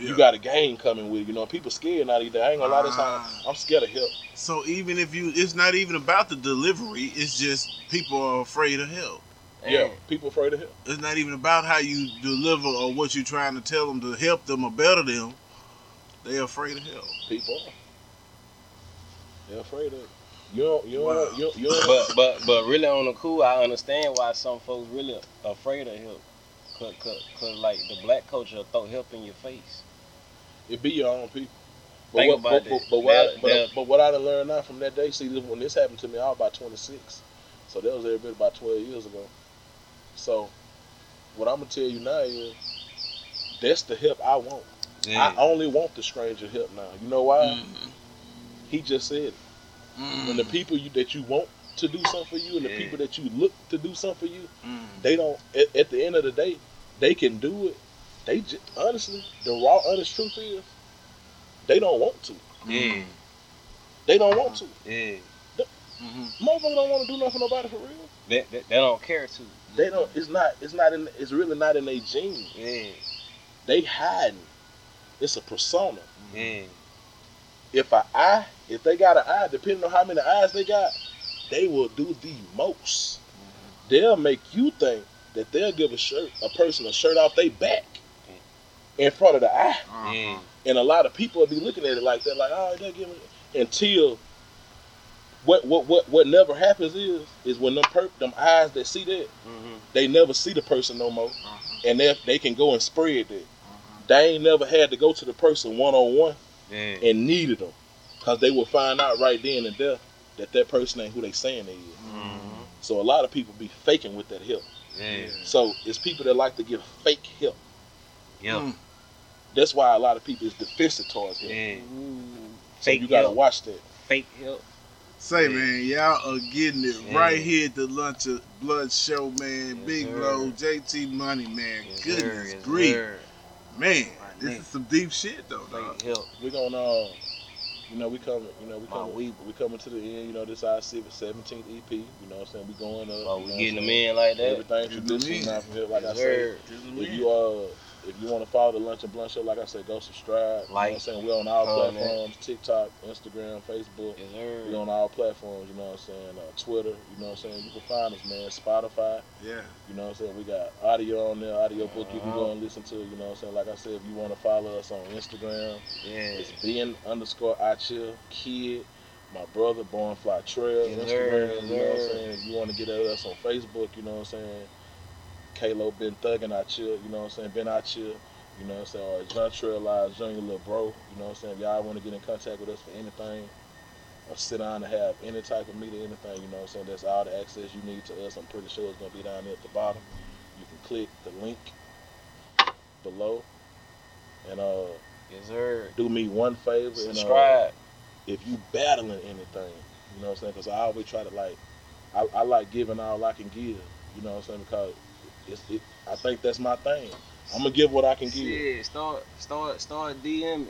[SPEAKER 1] Yeah.
[SPEAKER 2] You got a game coming with it. You know people scared now either. I ain't gonna lie this time.
[SPEAKER 1] Ah.
[SPEAKER 2] I'm scared of help.
[SPEAKER 1] So even if you, it's not even about the delivery. It's just people are afraid of help.
[SPEAKER 2] Yeah,
[SPEAKER 3] Damn.
[SPEAKER 2] people afraid of help.
[SPEAKER 1] It's not even about how you deliver or what you're trying to tell them to help them or better them. They're afraid of help.
[SPEAKER 2] People are. They're afraid of it. You don't, you don't, you don't,
[SPEAKER 1] (laughs)
[SPEAKER 2] you don't
[SPEAKER 3] But but but really on the cool, I understand why some folks really afraid of help. Cause, cause, 'cause, like the black culture will throw help in your face.
[SPEAKER 2] it be your own people. But
[SPEAKER 3] Think
[SPEAKER 2] what,
[SPEAKER 3] about
[SPEAKER 2] but, but,
[SPEAKER 3] that.
[SPEAKER 2] but, what I,
[SPEAKER 3] They'll-
[SPEAKER 2] but,
[SPEAKER 3] they'll-
[SPEAKER 2] but what I done learned now from that day, see, when this happened to me, I was about 26. So that was every bit about 12 years ago. So what I'm going to tell you now is that's the help I want. I only want the stranger help now. You know why?
[SPEAKER 3] Mm.
[SPEAKER 2] He just said it.
[SPEAKER 3] Mm-hmm.
[SPEAKER 2] When the people you that you want to do something for you and the
[SPEAKER 3] Yeah.
[SPEAKER 2] people that you look to do something for you,
[SPEAKER 1] Mm.
[SPEAKER 2] they don't at, at the end of the day they can do it they just honestly the raw honest truth is they don't want to
[SPEAKER 3] yeah,
[SPEAKER 2] they don't want to
[SPEAKER 3] mm-hmm. yeah.
[SPEAKER 1] Mhm.
[SPEAKER 2] motherfucker don't want to do nothing for nobody for real
[SPEAKER 3] They, they, they don't care to.
[SPEAKER 2] they don't it's not it's not in it's really not in their gene
[SPEAKER 3] Yeah,
[SPEAKER 2] they hiding it's a persona
[SPEAKER 3] yeah.
[SPEAKER 2] if an eye if they got an eye depending on how many eyes they got they will do the most they'll make you think that they'll give a shirt a person a shirt off their back in front of the eye
[SPEAKER 1] Uh-huh.
[SPEAKER 3] Yeah.
[SPEAKER 2] and a lot of people will be looking at it like that, like, oh, they're giving it. Until what what what what never happens is is when them perp, them eyes that see that
[SPEAKER 3] Mm-hmm.
[SPEAKER 2] they never see the person no more,
[SPEAKER 1] Uh-huh.
[SPEAKER 2] and they they can go and spread that.
[SPEAKER 1] Uh-huh.
[SPEAKER 2] They ain't never had to go to the person one on one
[SPEAKER 3] Yeah.
[SPEAKER 2] and needed them, cause they will find out right then and there that that person ain't who they saying they is.
[SPEAKER 3] Mhm.
[SPEAKER 2] So a lot of people be faking with that help.
[SPEAKER 3] Yeah.
[SPEAKER 2] So it's people that like to give fake help.
[SPEAKER 3] Yeah.
[SPEAKER 1] Mm.
[SPEAKER 2] That's why a lot of people is defensive towards help.
[SPEAKER 3] Yeah.
[SPEAKER 2] So
[SPEAKER 3] Fake
[SPEAKER 2] you gotta
[SPEAKER 3] help.
[SPEAKER 2] watch that.
[SPEAKER 3] Fake help.
[SPEAKER 1] Say
[SPEAKER 3] Yeah.
[SPEAKER 1] man, y'all are getting it
[SPEAKER 3] Yeah.
[SPEAKER 1] right here at the lunch of blood show, man.
[SPEAKER 3] Yes,
[SPEAKER 1] Big
[SPEAKER 3] sir.
[SPEAKER 1] Blow, JT Money, man.
[SPEAKER 3] Yes, sir.
[SPEAKER 1] Goodness
[SPEAKER 3] Yes,
[SPEAKER 1] grief,
[SPEAKER 3] sir.
[SPEAKER 1] man.
[SPEAKER 3] My
[SPEAKER 1] This
[SPEAKER 3] neck.
[SPEAKER 1] is some deep shit though, dog.
[SPEAKER 3] Fake help.
[SPEAKER 2] we gonna uh, you know we coming you know we
[SPEAKER 3] My
[SPEAKER 2] coming we,
[SPEAKER 3] weep.
[SPEAKER 2] coming to the end you know this our seventeenth EP you know what I'm saying we going up
[SPEAKER 3] Oh,
[SPEAKER 2] you
[SPEAKER 3] we
[SPEAKER 2] know
[SPEAKER 3] getting
[SPEAKER 2] what
[SPEAKER 3] them
[SPEAKER 2] I'm
[SPEAKER 3] in like
[SPEAKER 2] saying?
[SPEAKER 3] that.
[SPEAKER 2] everything
[SPEAKER 1] Getting
[SPEAKER 2] traditional
[SPEAKER 1] them in.
[SPEAKER 2] now from here like
[SPEAKER 3] Yes,
[SPEAKER 2] I said
[SPEAKER 3] sir.
[SPEAKER 2] if you uh if you want to follow the lunch and blunt show like I said go
[SPEAKER 3] Like,
[SPEAKER 2] subscribe you know what I'm saying we're on all
[SPEAKER 3] comment.
[SPEAKER 2] platforms TikTok Instagram Facebook
[SPEAKER 3] Yes,
[SPEAKER 2] we
[SPEAKER 3] sir.
[SPEAKER 2] on all platforms you know what I'm saying uh, Twitter you know what I'm saying you can find us man Spotify
[SPEAKER 1] Yeah.
[SPEAKER 2] you know what I'm saying? We got audio on there, audio book you can go
[SPEAKER 3] Uh-huh.
[SPEAKER 2] and listen to. You know what I'm saying? Like I said, if you want to follow us on Instagram,
[SPEAKER 3] Yeah.
[SPEAKER 2] it's Ben underscore I chill kid, my brother Born Fly Trail,
[SPEAKER 3] Yes, sir.
[SPEAKER 2] Instagram. You know what I'm
[SPEAKER 3] Yes, sir.
[SPEAKER 2] saying? If you want to get at us on Facebook, you know what I'm saying? Kalo Ben Thuggin I chill, you know what I'm saying? Ben I chill, you know what I'm saying? Or John Trail Live, John Your Little Bro, you know what I'm saying? If y'all want to get in contact with us for anything or sit down and have any type of meeting, anything, you know what I'm saying? That's all the access you need to us. I'm pretty sure it's going to be down there at the bottom. You can click the link below and uh
[SPEAKER 3] Yes, sir.
[SPEAKER 2] do me one favor and uh,
[SPEAKER 3] Subscribe.
[SPEAKER 2] if you battling anything, you know what I'm saying? Because I always try to like, I, I like giving all I can give, you know what I'm saying? Because it's, it, I think that's my thing. I'm gonna give what I can give.
[SPEAKER 3] Yeah, start, start, start DMing.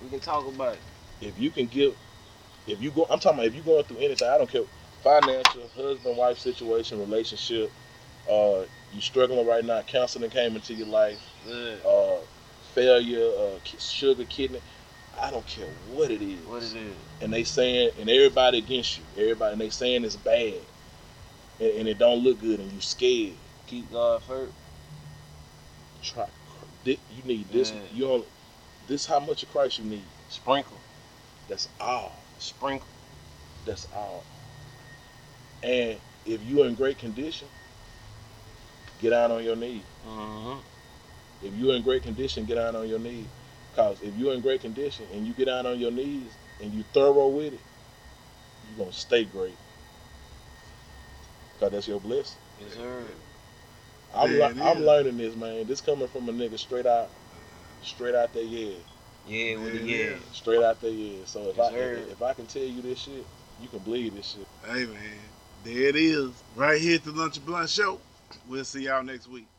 [SPEAKER 3] We can talk about it.
[SPEAKER 2] If you can give, if you go, I'm talking about if you going through anything, I don't care, financial, husband, wife situation, relationship, uh, you struggling right now, counseling came into your life,
[SPEAKER 3] Good.
[SPEAKER 2] uh, failure, uh, ki- sugar, kidney. I don't care what it is.
[SPEAKER 3] What is it?
[SPEAKER 2] and they saying and everybody against you, everybody and they saying it's bad, and, and it don't look good, and you scared.
[SPEAKER 3] Keep God first.
[SPEAKER 2] Try, thi- you need this.
[SPEAKER 3] Yeah.
[SPEAKER 2] You only this how much of Christ you need.
[SPEAKER 3] Sprinkle.
[SPEAKER 2] That's all.
[SPEAKER 3] Sprinkle.
[SPEAKER 2] That's all. And if you in great condition, get out on your knees.
[SPEAKER 3] Mm-hmm.
[SPEAKER 2] If you in great condition, get out on your knees. Cause if you in great condition and you get out on your knees and you thorough with it, you gonna stay great. Cause that's your blessing.
[SPEAKER 3] Yes, sir.
[SPEAKER 2] I'm,
[SPEAKER 1] Yeah,
[SPEAKER 2] le-
[SPEAKER 1] it
[SPEAKER 2] I'm
[SPEAKER 1] is.
[SPEAKER 2] learning this, man. This coming from a nigga straight out, straight out there, yeah,
[SPEAKER 3] Yeah, with the
[SPEAKER 1] Yeah,
[SPEAKER 3] yeah.
[SPEAKER 1] yeah.
[SPEAKER 2] straight out there, yeah. So if
[SPEAKER 3] Yes,
[SPEAKER 2] I
[SPEAKER 3] sir.
[SPEAKER 2] if I can tell you this shit, you can believe this shit.
[SPEAKER 1] Hey man, there it is. Right here at the Lunch and Blunt Show. We'll see y'all next week.